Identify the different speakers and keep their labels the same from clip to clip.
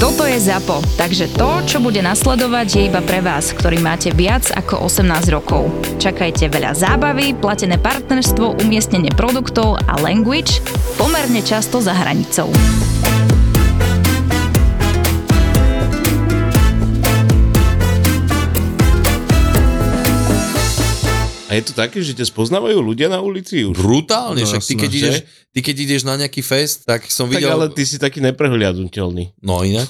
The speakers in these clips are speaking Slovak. Speaker 1: Toto je ZAPO, takže to, čo bude nasledovať, je iba pre vás, ktorý máte viac ako 18 rokov. Čakajte veľa zábavy, platené partnerstvo, umiestnenie produktov a language pomerne často za hranicou.
Speaker 2: A je to také, že ťa spoznávajú ľudia na ulici už.
Speaker 3: Brutálne,
Speaker 2: No
Speaker 3: však ty
Speaker 2: jasné,
Speaker 3: keď,
Speaker 2: že?
Speaker 3: ideš, ty keď ideš na nejaký fest, tak som
Speaker 2: Tak
Speaker 3: videl...
Speaker 2: ale ty si taký neprehliadnutelný.
Speaker 3: No inak.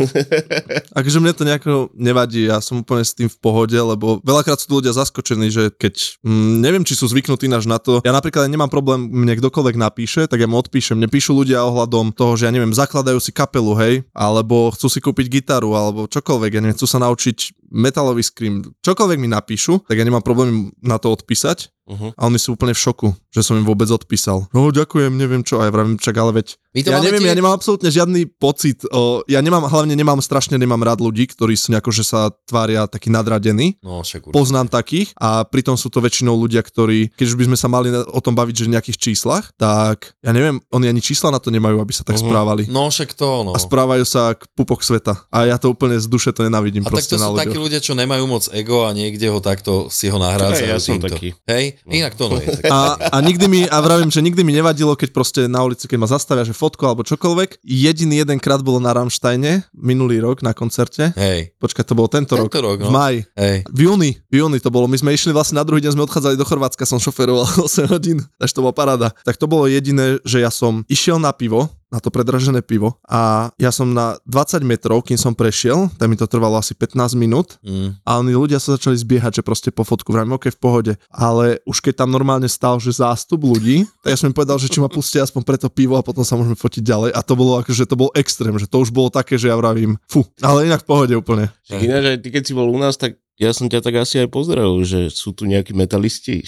Speaker 4: Akože mne to nejako nevadí, ja som úplne s tým v pohode, lebo veľakrát sú tu ľudia zaskočení, že keď mm, neviem, či sú zvyknutí náš na to, ja napríklad nemám problém, mne kdokoľvek napíše, tak ja mu odpíšem, mne píšu ľudia ohľadom toho, že ja neviem, zakladajú si kapelu, hej, alebo chcú si kúpiť gitaru, alebo čokoľvek, ja neviem, chcú sa naučiť metalový scream, čokoľvek mi napíšu, tak ja nemám problém im na to odpísať.
Speaker 2: Uh-huh.
Speaker 4: A oni sú úplne v šoku, že som im vôbec odpísal. No ďakujem, neviem čo, aj vravím, čak ale veď
Speaker 3: My to
Speaker 4: ja
Speaker 3: máme
Speaker 4: neviem,
Speaker 3: tie...
Speaker 4: ja nemám absolútne žiadny pocit. O, ja nemám, hlavne nemám, strašne nemám rád ľudí, ktorí sú nejako, že sa tvária takí nadradení.
Speaker 3: No však určite.
Speaker 4: Poznám takých a pritom sú to väčšinou ľudia, ktorí, keď už by sme sa mali na- o tom baviť, že v nejakých číslach, tak ja neviem, oni ani čísla na to nemajú, aby sa tak
Speaker 2: Mhm.
Speaker 4: správali.
Speaker 3: No však to, no.
Speaker 4: A správajú sa k pupok sveta. A ja to úplne z duše to nenávidím
Speaker 3: A tak to
Speaker 4: proste na
Speaker 3: sú takí
Speaker 4: ľuďoch.
Speaker 3: ľudia, čo nemajú moc ego a niekde ho takto si ho nahrádzajú
Speaker 2: Aj ja som
Speaker 3: týmto.
Speaker 2: taký.
Speaker 3: Hej?
Speaker 2: No.
Speaker 3: Inak to no je. Tak...
Speaker 4: A, a nikdy mi, a vravím, že nikdy mi nevadilo, keď proste na ulici, keď ma zastavia, že fotko alebo čokoľvek. Jediný jeden krát bolo na Ramštajne minulý rok na koncerte.
Speaker 3: Hej,
Speaker 4: Počkaj, to bolo tento,
Speaker 3: Tento rok, no.
Speaker 4: v maji.
Speaker 3: hej.
Speaker 4: V júni, v júni to bolo. My sme išli vlastne na druhý deň, sme odchádzali do Chorvátska, som šoferoval 8 hodín, až to bola paráda. Tak to bolo jediné, že ja som išiel na pivo, na to predražené pivo a ja som na 20 metrov, kým som prešiel, tak mi to trvalo asi 15 minút
Speaker 3: Mm.
Speaker 4: a oni ľudia sa začali zbiehať, že proste po fotku, vrajím, ok, v pohode. Ale už keď tam normálne stál, že zástup ľudí, tak ja som im povedal, že či ma pustia aspoň pre to pivo a potom sa môžeme fotiť ďalej. A to bolo akože, to bol extrém, že to už bolo také, že ja vravím, fu, ale inak v pohode úplne.
Speaker 3: Hm.
Speaker 2: Že Ináč aj ty, keď si bol u nás, tak ja som ťa tak asi aj pozdravil, že sú tu nejakí metalisti.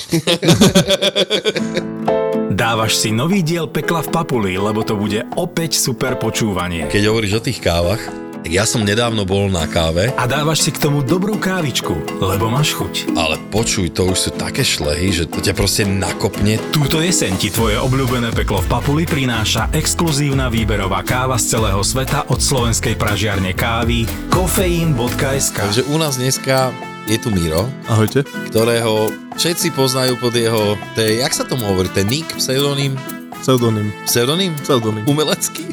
Speaker 5: Dávaš si nový diel Pekla v Papuli, lebo to bude opäť super počúvanie.
Speaker 3: Keď hovoríš o tých kávach, tak ja som nedávno bol na káve
Speaker 5: A dávaš si k tomu dobrú kávičku, lebo máš chuť.
Speaker 3: Ale počuj, to už sú také šlehy, že to ťa proste nakopne.
Speaker 5: Túto jeseň ti tvoje obľúbené peklo v Papuli prináša exkluzívna výberová káva z celého sveta od slovenskej pražiarne kávy kofeín.sk
Speaker 3: Takže u nás dneska je tu Miro,
Speaker 4: Ahojte.
Speaker 3: ktorého všetci poznajú pod jeho, to je, jak sa tomu hovorí, ten nick, pseudonym,
Speaker 4: Pseudonym.
Speaker 3: pseudonym?
Speaker 4: Pseudonym.
Speaker 3: Umelecký?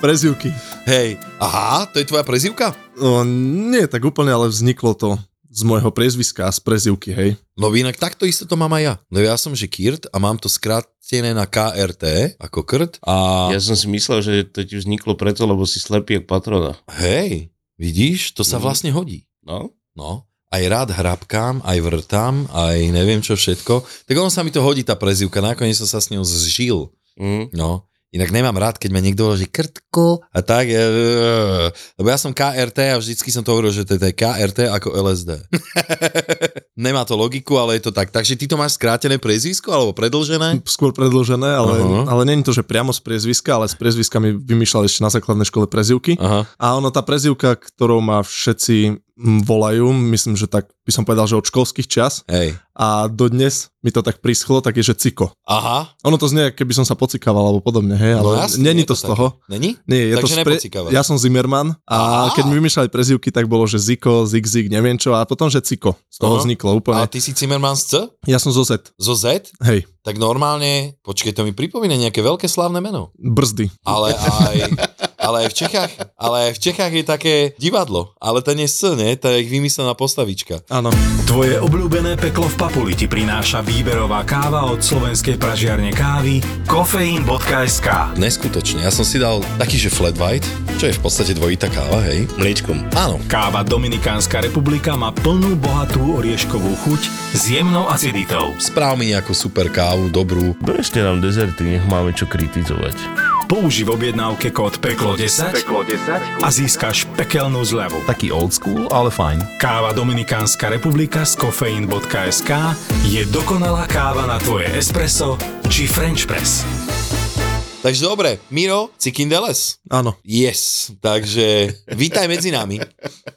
Speaker 4: Prezivky.
Speaker 3: Hej, aha, to je tvoja prezivka?
Speaker 4: No, nie tak úplne, ale vzniklo to z môjho priezviska, a z prezivky, hej.
Speaker 3: No inak takto isto to mám aj ja. No ja som že Kirt a mám to skrátené na KRT, ako Krt. A
Speaker 2: Ja som si myslel, že to ti vzniklo preto, lebo si slepý jak patrona.
Speaker 3: hej, vidíš, to sa
Speaker 2: Mhm.
Speaker 3: vlastne hodí.
Speaker 2: No?
Speaker 3: No, aj rád hrabkám, aj vrtám, aj neviem čo všetko. Tak ono sa mi to hodí, tá prezivka. Nakoniec som sa s ňou zžil.
Speaker 2: Mm.
Speaker 3: No, inak nemám rád, keď ma niekto hovorí, že krtko a tak. E, lebo ja som KRT a vždycky som to hovoril, že to je KRT ako LSD. Nemá to logiku, ale je to tak. Takže ty to máš skrátené prezísko alebo predlžené?
Speaker 4: Skôr predložené, ale,
Speaker 3: Aha.
Speaker 4: ale nie je to, že priamo z priezviska, ale z priezviska mi vymýšľali ešte na základnej škole prezivky.
Speaker 3: Aha.
Speaker 4: A ono, tá prezivka, ktorou ma všetci mm, volajú, myslím, že tak by som povedal, že od školských čas
Speaker 3: Hej.
Speaker 4: a dodnes mi to tak prischlo, tak je, že ciko.
Speaker 3: Aha.
Speaker 4: Ono to znie, keby som sa pocikával alebo podobne, hej, ale
Speaker 3: No jasne, je
Speaker 4: není to, z toho.
Speaker 3: také. Není?
Speaker 4: Nie, je
Speaker 3: Takže
Speaker 4: to spre...
Speaker 3: nepocikávaš.
Speaker 4: Ja som Zimmerman
Speaker 3: Aha.
Speaker 4: a keď mi vymýšľali prezivky, tak bolo, že Ziko, Zig, Zig, neviem čo a potom, že Ciko. Z
Speaker 3: Aha.
Speaker 4: toho vzniklo úplne.
Speaker 3: A ty si Zimmerman z C?
Speaker 4: Ja som zo Z.
Speaker 3: Zo Z?
Speaker 4: Hej,
Speaker 3: Tak normálne, počkej, to mi pripomína nejaké veľké slávne meno.
Speaker 4: brzdy.
Speaker 3: Ale aj, ale aj v Čechách, ale aj v Čechách je také divadlo, ale to nie je S, nie? To je ich vymyslená postavička.
Speaker 4: Áno.
Speaker 5: Tvoje obľúbené peklo v Papuli ti prináša výberová káva od slovenskej pražiarne kávy kofeín.sk
Speaker 3: Neskutočne, ja som si dal taký, že flat white, čo je v podstate dvojitá káva, hej?
Speaker 2: Mliečkom.
Speaker 3: Áno.
Speaker 5: Káva Dominikánska republika má plnú bohatú orieškovú chuť s jemnou aciditou.
Speaker 3: Správ mi nejakú super kávu, dobrú.
Speaker 2: Donešte nám dezerty, nech máme čo kritizovať.
Speaker 5: Použi v objednávke kód PEKLO10 a získaš pekelnú zľavu.
Speaker 6: Taký old school, ale fajn.
Speaker 5: Káva Dominikánska republika z kofeín.sk je dokonalá káva na tvoje espresso či French press.
Speaker 3: Takže dobre, Miro, Cikindeles.
Speaker 4: Áno.
Speaker 3: Yes, takže vítaj medzi nami.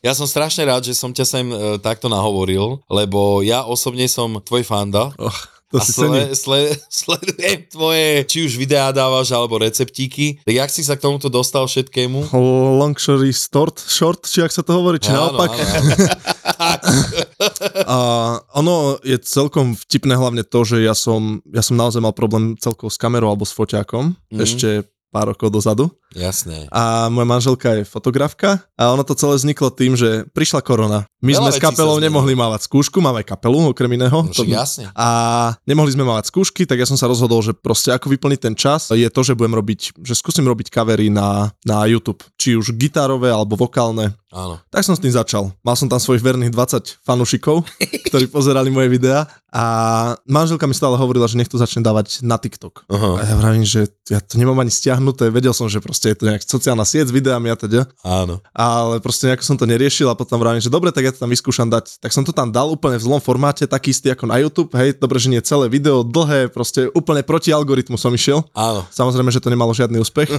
Speaker 3: Ja som strašne rád, že som ťa sem e, takto nahovoril, lebo ja osobne som tvoj fanda.
Speaker 4: Oh, to
Speaker 3: a
Speaker 4: si
Speaker 3: sle,
Speaker 4: cením.
Speaker 3: sle, sledujem tvoje, či už videá dávaš, alebo receptíky. Tak jak si sa k tomuto dostal všetkému?
Speaker 4: Long story short, short, či ak sa to hovorí, či
Speaker 3: Áno,
Speaker 4: naopak.
Speaker 3: áno, áno.
Speaker 4: A ono je celkom vtipné hlavne to, že ja som, ja som naozaj mal problém celkovo s kamerou alebo s foťákom
Speaker 3: Mhm.
Speaker 4: ešte pár rokov dozadu.
Speaker 3: Jasné.
Speaker 4: A moja manželka je fotografka a ono to celé vzniklo tým, že prišla korona. My
Speaker 3: Veľa
Speaker 4: sme s
Speaker 3: vecí
Speaker 4: kapelou
Speaker 3: sa zmenilo.
Speaker 4: nemohli mávať skúšku, máme aj kapelu okrem iného.
Speaker 3: No, však
Speaker 4: To-
Speaker 3: jasne.
Speaker 4: a nemohli sme mávať skúšky, tak ja som sa rozhodol, že proste ako vyplniť ten čas je to, že budem robiť, že skúsim robiť covery na, na YouTube, či už gitarové alebo vokálne.
Speaker 3: Áno.
Speaker 4: Tak som s tým začal. Mal som tam svojich verných 20 fanúšikov, ktorí pozerali moje videá a manželka mi stále hovorila, že nech to začne dávať na TikTok. A
Speaker 3: Aha,
Speaker 4: ja vravím, že ja to nemám ani stiahnuté, vedel som, že proste je to nejak sociálna sieť s videami a teda
Speaker 3: áno.
Speaker 4: ale proste nejako som to neriešil a potom vravím, že dobre, tak ja to tam vyskúšam dať. Tak som to tam dal úplne v zlom formáte, taký istý ako na YouTube, hej, dobre, že nie celé video, dlhé, proste úplne proti algoritmu som išiel.
Speaker 3: Áno.
Speaker 4: Samozrejme, že to nemalo žiadny úspech,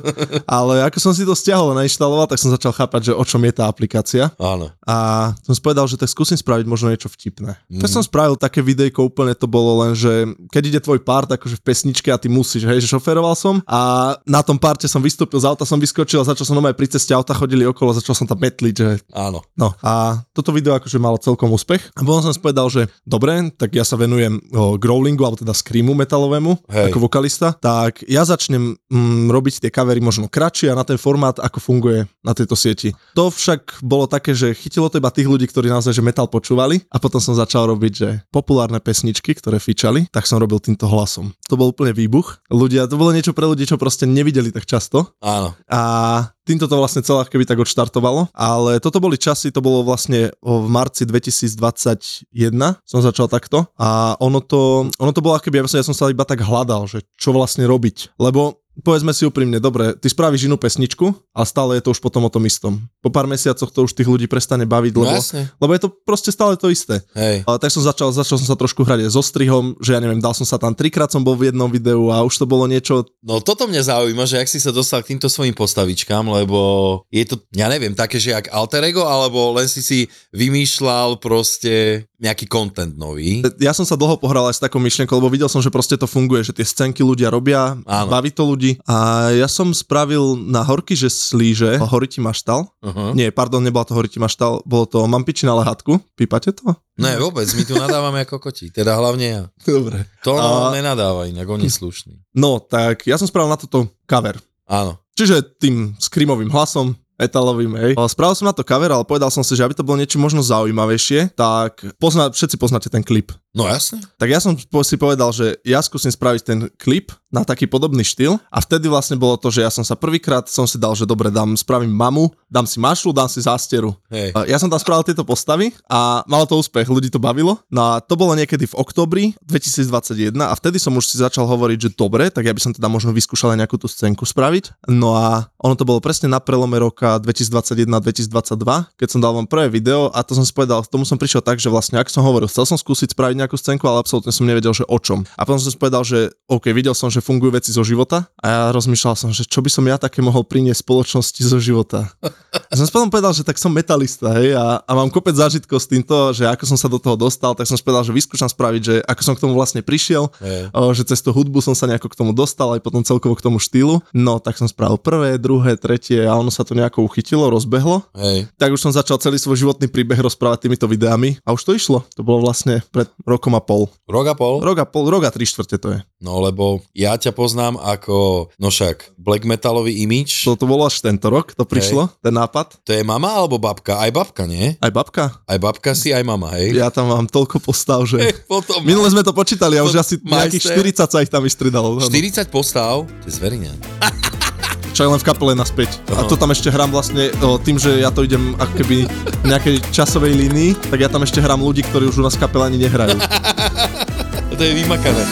Speaker 4: ale ako som si to stiahol a nainštaloval, tak som začal chápať, že o čom je tá aplikácia
Speaker 3: Áno.
Speaker 4: a som si povedal, že tak skúsim spraviť možno niečo vtipné. Mm. Tak som spravil také videjko, úplne to bolo len, že keď ide tvoj part akože v pesničke a ty musíš, hej, že šoferoval som a na tom parte som vystúpil z auta, som vyskočil a začal som normálne pri ceste auta chodili okolo, začal som tam metliť, že
Speaker 3: Áno.
Speaker 4: No a toto video akože malo celkom úspech. A potom som si povedal, že dobre, tak ja sa venujem o, growlingu, alebo teda screamu metalovému,
Speaker 3: Hej.
Speaker 4: Hej. ako vokalista, tak ja začnem mm, robiť tie kavery možno kratšie a na ten formát, ako funguje na tejto sieti. To však bolo také, že chytilo to iba tých ľudí, ktorí naozaj že metal počúvali a potom som začal robiť, že populárne pesničky, ktoré fičali, tak som robil týmto hlasom. To bol úplne výbuch. Ľudia, to bolo niečo pre ľudí, čo proste nevideli tak často.
Speaker 3: Áno.
Speaker 4: A týmto to vlastne celé keby tak odštartovalo. Ale toto boli časy, to bolo vlastne o- v marci 2021 som začal takto. A ono to, ono to bolo keby, ja som, ja som sa iba tak hľadal, že čo vlastne robiť. Lebo povedzme si úprimne, dobre, ty spravíš inú pesničku, ale stále je to už potom o tom istom. Po pár mesiacoch to už tých ľudí prestane baviť,
Speaker 3: No
Speaker 4: lebo, vlastne-
Speaker 3: jasne.
Speaker 4: lebo je to proste stále to isté.
Speaker 3: Hej.
Speaker 4: Ale tak som začal, začal som sa trošku hrať aj so strihom, že ja neviem, dal som sa tam trikrát, som bol v jednom videu a už to bolo niečo
Speaker 3: No toto mňa zaujíma, že ak si sa dostal k týmto svojim postavičkám, lebo je to, ja neviem, také, že jak alter ego, alebo len si si vymýšľal proste nejaký content nový.
Speaker 4: ja som sa dlho pohral aj s takou myšlienkou, lebo videl som, že proste to funguje, že tie scénky ľudia robia,
Speaker 3: Áno.
Speaker 4: Áno. baví to ľudí. A ja som spravil na horky, že slíže, horiti maštal.
Speaker 3: Uh-huh.
Speaker 4: Nie, pardon, nebola to horiti maštal, bolo to mampiči na lehátku. Pípate to?
Speaker 3: Ne, No vôbec, my tu nadávame ako koti, teda hlavne ja.
Speaker 4: Dobre.
Speaker 3: To A...
Speaker 4: A-
Speaker 3: nenadáva inak, on je slušný.
Speaker 4: No, tak ja som spravil na toto cover.
Speaker 3: Áno.
Speaker 4: Čiže tým screamovým hlasom, etalovým, hej. Ale Spravil som na to cover, ale povedal som si, že aby to bolo niečo možno zaujímavejšie, tak pozna, všetci poznáte ten klip.
Speaker 3: No jasne.
Speaker 4: Tak ja som po- si povedal, že ja skúsim spraviť ten klip na taký podobný štýl a vtedy vlastne bolo to, že ja som sa prvýkrát som si dal, že dobre, dám, spravím mamu, dám si mašlu, dám si zásteru.
Speaker 3: Hej.
Speaker 4: A Ja som tam spravil tieto postavy a malo to úspech, ľudí to bavilo. No a to bolo niekedy v oktobri 2021 a vtedy som už si začal hovoriť, že dobre, tak ja by som teda možno vyskúšal aj nejakú tú scénku spraviť. No a ono to bolo presne na prelome roka 2021-2022, keď som dal vám prvé video a to som si povedal, k tomu som prišiel tak, že vlastne, ak som hovoril, chcel som skúsiť spraviť nejakú scénku, ale absolútne som nevedel, že o čom. A potom som si povedal, že OK, videl som, že fungujú veci zo života a ja rozmýšľal som, že čo by som ja také mohol priniesť spoločnosti zo života. A som si potom povedal, že tak som metalista, hej, a, a mám kopec zážitkov s týmto, že ako som sa do toho dostal, tak som si povedal, že vyskúšam spraviť, že ako som k tomu vlastne prišiel,
Speaker 3: Hej.
Speaker 4: o, že cez tú hudbu som sa nejako k tomu dostal, aj potom celkovo k tomu štýlu. No, tak som spravil prvé, druhé, tretie a ono sa to nejako uchytilo, rozbehlo.
Speaker 3: Hej.
Speaker 4: Tak už som začal celý svoj životný príbeh rozprávať týmito videami a už to išlo. To bolo vlastne pred rokom a pol.
Speaker 3: Rok a pol?
Speaker 4: Rok a pol, rok a tri štvrte to je.
Speaker 3: No lebo ja ťa poznám ako, no však, black metalový imič.
Speaker 4: To, to bolo až tento rok, to prišlo, ten nápad.
Speaker 3: To je mama alebo babka? Aj babka, nie?
Speaker 4: Aj babka,
Speaker 3: Aj babka si, aj mama, hej?
Speaker 4: ja tam mám toľko postav, že...
Speaker 3: Potom...
Speaker 4: Minule sme to počítali a
Speaker 3: To
Speaker 4: už asi nejakých
Speaker 3: majster.
Speaker 4: 40 sa ich tam vystriedalo. áno.
Speaker 3: 40 postav? To je zveriňa.
Speaker 4: Čo je len v kapele naspäť. A
Speaker 3: Aha.
Speaker 4: to tam ešte hrám vlastne o, tým, že ja to idem ako keby v nejakej časovej línii, tak ja tam ešte hrám ľudí, ktorí už u nás v kapele ani nehrajú.
Speaker 3: To je vymakané.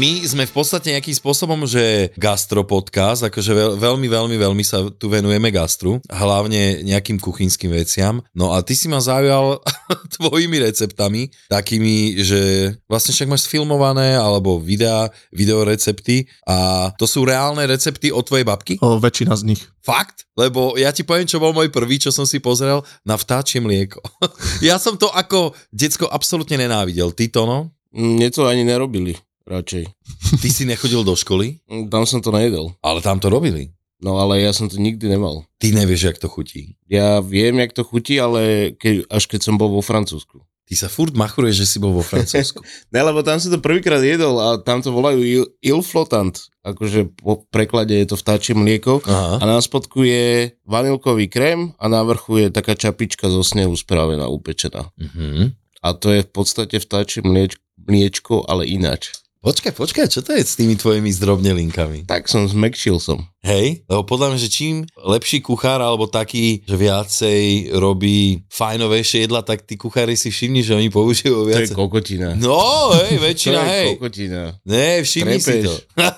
Speaker 3: My sme v podstate nejakým spôsobom, že gastro podcast, akože veľ, veľmi, veľmi, veľmi sa tu venujeme gastru, hlavne nejakým kuchynským veciam. No a ty si ma zaujal tvojimi receptami, takými, že vlastne však máš sfilmované alebo videá, videorecepty a to sú reálne recepty od tvojej babky?
Speaker 4: O, väčšina z nich.
Speaker 3: Fakt? Lebo ja ti poviem, čo bol môj prvý, čo som si pozrel, na vtáčie mlieko. ja som to ako decko absolútne nenávidel. Ty to, no?
Speaker 2: Mne to Hm, ani nerobili, radšej.
Speaker 3: Ty si nechodil do školy,
Speaker 2: Mm, Tam som to nejedol.
Speaker 3: ale tam to robili.
Speaker 2: No ale ja som to nikdy nemal.
Speaker 3: Ty nevieš, jak to chutí.
Speaker 2: Ja viem, jak to chutí, ale ke, až keď som bol vo Francúzsku.
Speaker 3: Ty sa furt machuruješ, že si bol vo Francúzsku.
Speaker 2: Ne, lebo tam som to prvýkrát jedol a tam to volajú il, il flotant. Akože po preklade je to vtáčie mlieko. A
Speaker 3: Aha.
Speaker 2: na spodku je vanilkový krém a na vrchu je taká čapička zo snehu spravená, upečená.
Speaker 3: Mhm.
Speaker 2: A to je v podstate vtáčie mlieč, mliečko, ale ináč.
Speaker 3: Počkaj, počkaj, čo to je s tými tvojimi zdrobnelinkami?
Speaker 2: Tak som zmekšil som.
Speaker 3: Hej, lebo podľa mňa, že čím lepší kuchár alebo taký, že viacej robí fajnovejšie jedla, tak tí kuchári si všimni, že oni
Speaker 2: To
Speaker 3: používajú
Speaker 2: je
Speaker 3: viacej.
Speaker 2: kokotina.
Speaker 3: No, hej,
Speaker 2: to
Speaker 3: väčšina,
Speaker 2: je
Speaker 3: hej.
Speaker 2: kokotina.
Speaker 3: Ne, všimni si
Speaker 2: Trepeš.
Speaker 3: to.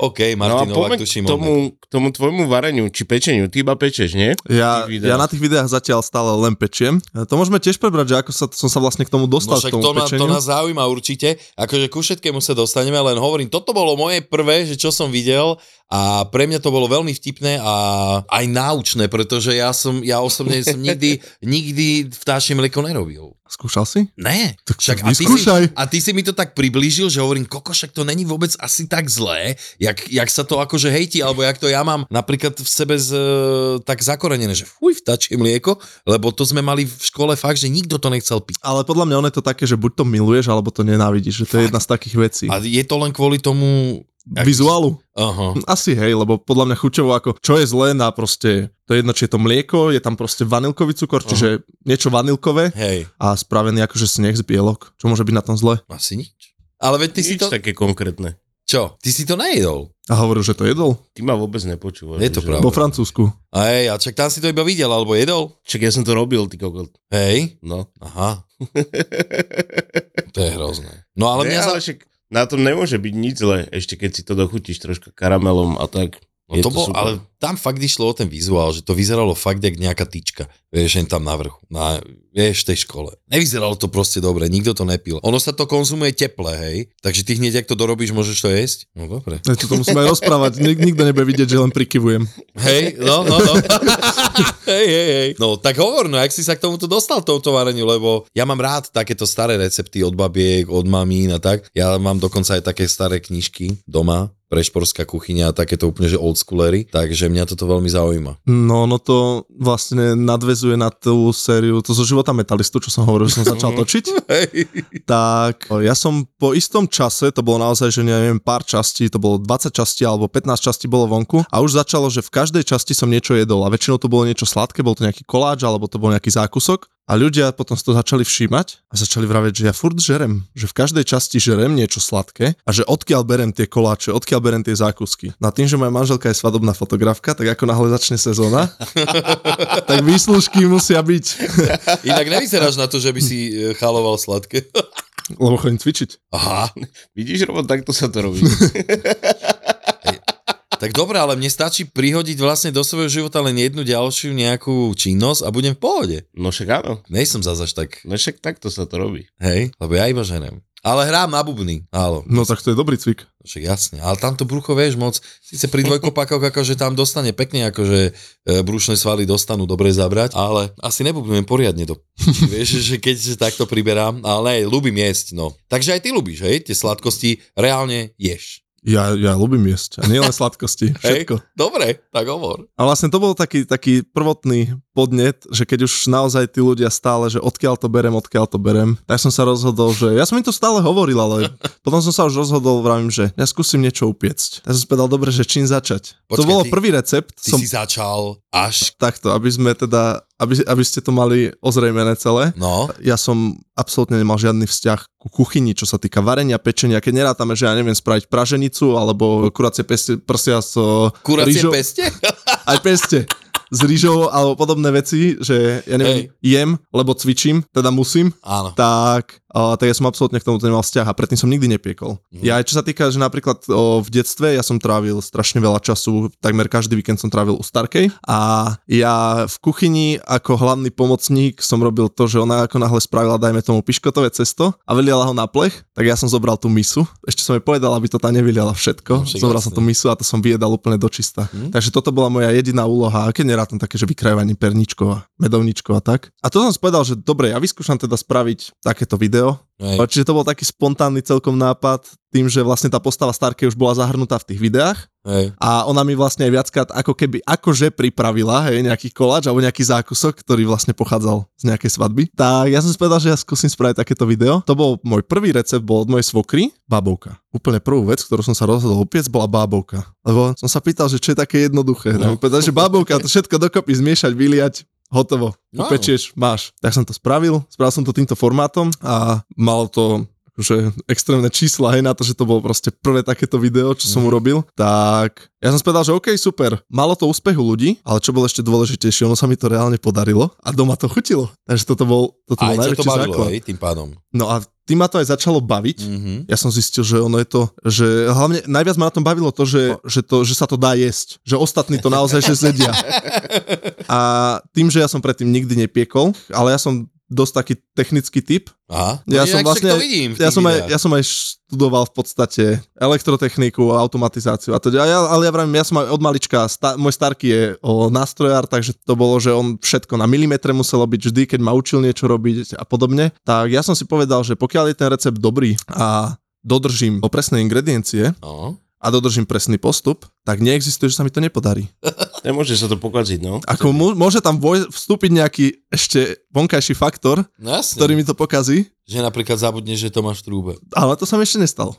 Speaker 3: OK,
Speaker 2: no a
Speaker 3: Martin Novak,
Speaker 2: poďme k
Speaker 3: tuším.
Speaker 2: tomu,
Speaker 3: Tomu...
Speaker 2: k tomu tvojmu vareniu, či pečeniu. Ty iba pečeš, nie?
Speaker 4: Ja,
Speaker 2: Tých videách.
Speaker 4: ja na tých videách zatiaľ stále len pečiem. E, To môžeme tiež prebrať, že ako sa, som sa vlastne k tomu
Speaker 3: No
Speaker 4: dostal,
Speaker 3: však
Speaker 4: k tomu
Speaker 3: to, ma, to
Speaker 4: pečeniu.
Speaker 3: nás zaujíma určite. Akože ku všetkému sa dostaneme, len hovorím, toto bolo moje prvé, že čo som videl a pre mňa to bolo veľmi vtipné a aj náučné, pretože ja som, ja osobne som nikdy, nikdy vtáčie mlieko nerobil.
Speaker 4: Skúšal si?
Speaker 3: Ne,
Speaker 4: Tak
Speaker 3: však a ty, si,
Speaker 4: vyskúšaj.
Speaker 3: a ty si mi to tak priblížil, že hovorím, koko, však to není vôbec asi tak zlé, jak, jak sa to akože hejti, alebo jak to ja mám napríklad v sebe z, e, tak zakorenené, že fuj, vtačie mlieko, lebo to sme mali v škole fakt, že nikto to nechcel piť.
Speaker 4: Ale podľa mňa ono je to také, že buď to miluješ, alebo to nenávidíš. Že to je jedna z takých vecí.
Speaker 3: A je to len kvôli tomu...
Speaker 4: Vizuálu?
Speaker 3: Aha.
Speaker 4: Asi hej, lebo podľa mňa chuťovo ako, čo je zlé na proste, to je jedno, či je to mlieko, je tam proste vanilkový cukor, čiže niečo vanilkové
Speaker 3: Hej,
Speaker 4: a spravený akože sneh z bielok. Čo môže byť na tom zle?
Speaker 3: asi nič. Ale veď ty si
Speaker 2: Nič
Speaker 3: to...
Speaker 2: také konkrétne.
Speaker 3: Čo? Ty si to nejedol.
Speaker 4: A hovoril, že to jedol?
Speaker 2: Ty ma vôbec nepočúvaš.
Speaker 3: Je to
Speaker 2: že-
Speaker 3: pravda.
Speaker 4: Vo Francúzsku.
Speaker 3: Hej, a čak tam si to iba videl, alebo jedol.
Speaker 2: Čak ja som to robil, ty kokot.
Speaker 3: Hej.
Speaker 2: No.
Speaker 3: Aha. To je hrozné. No ale
Speaker 2: ne,
Speaker 3: mňa...
Speaker 2: ale
Speaker 3: za...
Speaker 2: však na tom nemôže byť nič zle, ešte keď si to dochutíš troška karamelom a tak.
Speaker 3: No to bol,
Speaker 2: super.
Speaker 3: ale tam fakt išlo o ten vizuál, že to vyzeralo fakt jak nejaká tyčka. Vieš, len tam na vrchu. Na, vieš, v tej škole. Nevyzeralo to proste dobre, nikto to nepil. Ono sa to konzumuje teple, hej. Takže ty hneď, ak to dorobíš, môžeš to jesť. No dobre.
Speaker 4: Ja to, to musíme aj rozprávať, Nik, nikto nebude vidieť, že len prikyvujem.
Speaker 3: Hej, no, no, no. hej, hej, hej. No, tak hovor, no, jak si sa k tomuto dostal, tomuto vareniu, lebo ja mám rád takéto staré recepty od babiek, od mamín a tak. Ja mám dokonca aj také staré knižky doma, prešporská kuchyňa a takéto úplne, že old schoolery, takže mňa toto veľmi zaujíma.
Speaker 4: No, no to vlastne nadvezuje na tú sériu, to zo života metalistu, čo som hovoril, že som začal točiť.
Speaker 3: Hej.
Speaker 4: Tak o, ja som po istom čase, to bolo naozaj, že neviem, pár častí, to bolo 20 častí alebo 15 častí bolo vonku a už začalo, že v každej časti som niečo jedol a väčšinou to bolo niečo sladké, bol to nejaký koláč alebo to bol nejaký zákusok. A ľudia potom si to začali všímať a začali vraveť, že ja furt žerem, že v každej časti žerem niečo sladké a že odkiaľ berem tie koláče, odkiaľ berem tie zákusky. Na tým, že moja manželka je svadobná fotografka, tak ako náhle začne sezóna, tak výslužky musia byť,
Speaker 3: Inak nevyzeráš na to, že by si e, chaloval sladké.
Speaker 4: lebo chodím cvičiť.
Speaker 3: Aha.
Speaker 2: Vidíš, Robo, takto sa to robí.
Speaker 3: Tak dobre, ale mne stačí prihodiť vlastne do svojho života len jednu ďalšiu nejakú činnosť a budem v pohode.
Speaker 2: no však áno.
Speaker 3: Nejsom zase až tak,
Speaker 2: No však takto sa to robí.
Speaker 3: hej, lebo ja iba ženem. Ale hrám na bubny, áno.
Speaker 4: No tak to je dobrý cvik.
Speaker 3: Však jasne, ale tam to brucho vieš moc, síce pri dvojkopákoch akože tam dostane pekne, akože e, brúšne svaly dostanú dobre zabrať, ale asi nebudem poriadne to. vieš, že keď že takto priberám, ale hej, ľúbim jesť, no. Takže aj ty ľúbiš, hej, tie sladkosti reálne ješ.
Speaker 4: Ja, ja ľúbim jesť. A nie len sladkosti. Všetko.
Speaker 3: Dobre, tak hovor.
Speaker 4: A vlastne to bol taký, taký prvotný podnet, že keď už naozaj tí ľudia stále, že odkiaľ to berem, odkiaľ to berem, tak som sa rozhodol, že ja som im to stále hovoril, ale potom som sa už rozhodol, vravím, že ja skúsim niečo upiecť. Tak som si povedal, dobre, že čím začať. to
Speaker 3: Počkaj,
Speaker 4: bolo
Speaker 3: ty-
Speaker 4: prvý recept,
Speaker 3: Ty
Speaker 4: som
Speaker 3: som... si začal až,
Speaker 4: takto, aby sme teda, aby, aby ste to mali ozrejmené celé.
Speaker 3: no,
Speaker 4: ja som absolútne nemal žiadny vzťah ku kuchyni, čo sa týka varenia, pečenia, keď nerátame, že ja neviem spraviť praženicu alebo kuracie peste, prsia s o,
Speaker 3: kuracie
Speaker 4: rýžou,
Speaker 3: peste?
Speaker 4: aj peste s rýžou alebo podobné veci, že ja neviem, Hej. jem, lebo cvičím, teda musím,
Speaker 3: Áno.
Speaker 4: tak a, tak ja som absolútne k tomuto nemal vzťah a predtým som nikdy nepiekol.
Speaker 3: Mhm.
Speaker 4: Ja aj čo sa týka, že napríklad o, v detstve ja som trávil strašne veľa času, takmer každý víkend som trávil u Starkej a ja v kuchyni ako hlavný pomocník som robil to, že ona ako náhle spravila, dajme tomu, piškotové cesto a vyliala ho na plech, tak ja som zobral tú misu. Ešte som jej povedal, aby to tam nevyliala
Speaker 3: No,
Speaker 4: všetko.
Speaker 3: však
Speaker 4: zobral
Speaker 3: jasné.
Speaker 4: som tú misu a to som vyjedal úplne dočista. Hmm? Takže toto bola moja jediná úloha, a keď nerátam také, že vykrajovanie perničkov a medovničkov a tak. A to som si povedal, že dobre, ja vyskúšam teda spraviť takéto video,
Speaker 3: Hej.
Speaker 4: Hej. Čiže to bol taký spontánny celkom nápad tým, že vlastne tá postava Starkej už bola zahrnutá v tých videách
Speaker 3: Hej.
Speaker 4: a ona mi vlastne aj viackrát ako keby akože pripravila hej, nejaký koláč alebo nejaký zákusok, ktorý vlastne pochádzal z nejakej svadby. Tak ja som si povedal, že ja skúsim spraviť takéto video. To bol môj prvý recept, bol od mojej svokry, babovka. Úplne prvú vec, ktorú som sa rozhodol opiec, bola bábovka. Lebo som sa pýtal, že čo je také jednoduché. No. Povedal, že bábovka, to všetko dokopy zmiešať, vyliať, hotovo,
Speaker 3: Wow.
Speaker 4: upečieš, máš. Tak som to spravil, spravil som to týmto formátom a malo to že extrémne čísla aj na to, že to bolo proste prvé takéto video, čo
Speaker 3: Mhm.
Speaker 4: som urobil, tak ja som si povedal, že OK, super, malo to úspechu ľudí, ale čo bolo ešte dôležitejšie, ono sa mi to reálne podarilo a doma to chutilo. Takže toto bol, toto
Speaker 3: Aj ťa
Speaker 4: bol
Speaker 3: to
Speaker 4: najväčší
Speaker 3: bavilo,
Speaker 4: základ.
Speaker 3: hej, tým pádom.
Speaker 4: No a tým ma to aj začalo baviť,
Speaker 3: Mhm.
Speaker 4: ja som zistil, že ono je to, že hlavne najviac ma na tom bavilo
Speaker 3: No.
Speaker 4: to, že, že, to, že sa to dá jesť, že ostatní to naozaj že zjedia. A tým, že ja som predtým nikdy nepiekol, ale ja som dosť taký technický typ.
Speaker 3: Aha.
Speaker 4: Ja
Speaker 3: No
Speaker 4: som
Speaker 3: inak
Speaker 4: vlastne-
Speaker 3: však to vidím v
Speaker 4: Ja
Speaker 3: tých
Speaker 4: som, aj,
Speaker 3: videách.
Speaker 4: ja som aj študoval v podstate elektrotechniku, automatizáciu a teda. Ja, ale ja vravím, ja som aj od malička, sta, môj starký je o, nástrojár, takže to bolo, že on všetko na milimetre muselo byť vždy, keď ma učil niečo robiť a podobne. Tak ja som si povedal, že pokiaľ je ten recept dobrý a dodržím o presné ingrediencie
Speaker 3: No.
Speaker 4: a dodržím presný postup, tak neexistuje, že sa mi to nepodarí.
Speaker 2: Nemôže sa to pokaziť, no.
Speaker 4: Ako mô- môže tam voj- vstúpiť nejaký ešte vonkajší faktor,
Speaker 3: No jasne,
Speaker 4: ktorý mi to pokazí,
Speaker 3: že napríklad zabudne, že to máš v trúbe.
Speaker 4: ale to sa mi ešte nestalo.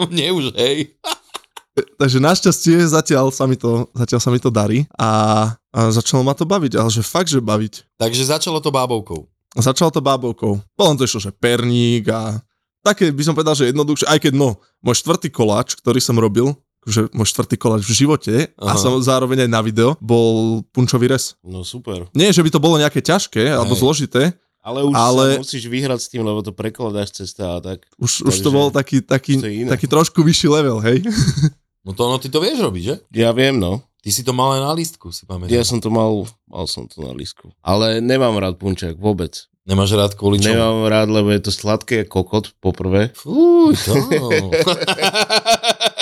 Speaker 3: Mne už, hej.
Speaker 4: Takže našťastie zatiaľ sa mi to, zatiaľ sa mi to darí a, a začalo ma to baviť, ale že fakt, že baviť.
Speaker 3: Takže začalo to bábovkou.
Speaker 4: Začalo to bábovkou. Potom to išlo, že perník a také by som povedal, že jednoduchšie, aj keď no, môj štvrtý koláč, ktorý som robil, že môj štvrtý koláč v živote a
Speaker 3: Aha.
Speaker 4: som zároveň aj na video, bol punčový res.
Speaker 2: No super.
Speaker 4: Nie, že by to bolo nejaké ťažké alebo
Speaker 3: Hej.
Speaker 4: zložité,
Speaker 2: Ale už
Speaker 4: Ale-
Speaker 2: ale... sa musíš vyhrať s tým, lebo to prekladáš cesta a tak.
Speaker 4: už, už to
Speaker 2: Takže
Speaker 4: bol taký, taký,
Speaker 2: to je iné.
Speaker 4: taký trošku vyšší level, hej?
Speaker 3: No to ono, ty to vieš robiť, že?
Speaker 2: Ja viem, no.
Speaker 3: Ty si to mal aj na lístku, si pamätáš.
Speaker 2: Ja som to mal, mal som to na lísku. Ale nemám rád punčak, vôbec.
Speaker 3: Nemáš rád kvôli čomu?
Speaker 2: Nemám rád, lebo je to sladké ako kokot, poprvé.
Speaker 3: Fú, to.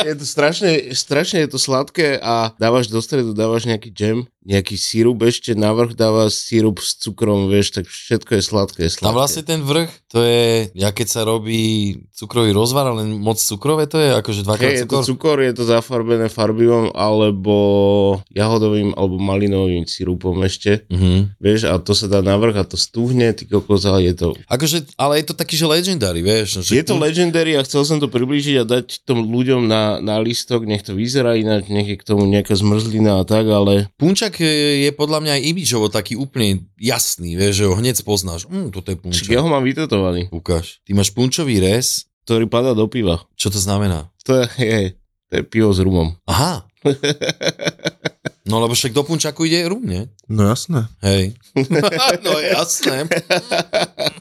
Speaker 2: Je to strašne, strašne je to sladké a dávaš do stredu, dávaš nejaký džem, nejaký sírup ešte, navrh dáva sírup s cukrom, vieš, tak všetko je sladké, je
Speaker 3: Tam
Speaker 2: sladké.
Speaker 3: vlastne ten vrch, to je, ja keď sa robí cukrový rozvar, ale len moc cukrové to je, akože dvakrát
Speaker 2: Hej, je to cukor,
Speaker 3: cukor.
Speaker 2: je to zafarbené farbivom alebo jahodovým alebo malinovým sirupom ešte.
Speaker 3: Mhm.
Speaker 2: Vieš, a to sa dá navrh a to stuhne, ty kokos, ale je to...
Speaker 3: Akože, ale je to taký, že legendary, vieš. no, Že
Speaker 2: Je to legendary a chcel som to priblížiť a dať tom ľuďom na, na listok, nech to vyzerá ináč, nech je k tomu nejaká zmrzlina a tak, ale
Speaker 3: Punčak e, je podľa mňa aj imidžovo taký úplne jasný, vieš, že ho hneď spoznáš. Mm, toto je
Speaker 2: Čiže
Speaker 3: punčak.
Speaker 2: ja ho mám vytetovaný,
Speaker 3: Ukáž. Ty máš punčový res,
Speaker 2: ktorý padá do piva.
Speaker 3: čo to znamená?
Speaker 2: To je, je, to je pivo s rumom.
Speaker 3: Aha. No lebo však do punčaku ide rum, nie?
Speaker 4: No jasné.
Speaker 3: Hej. No jasné.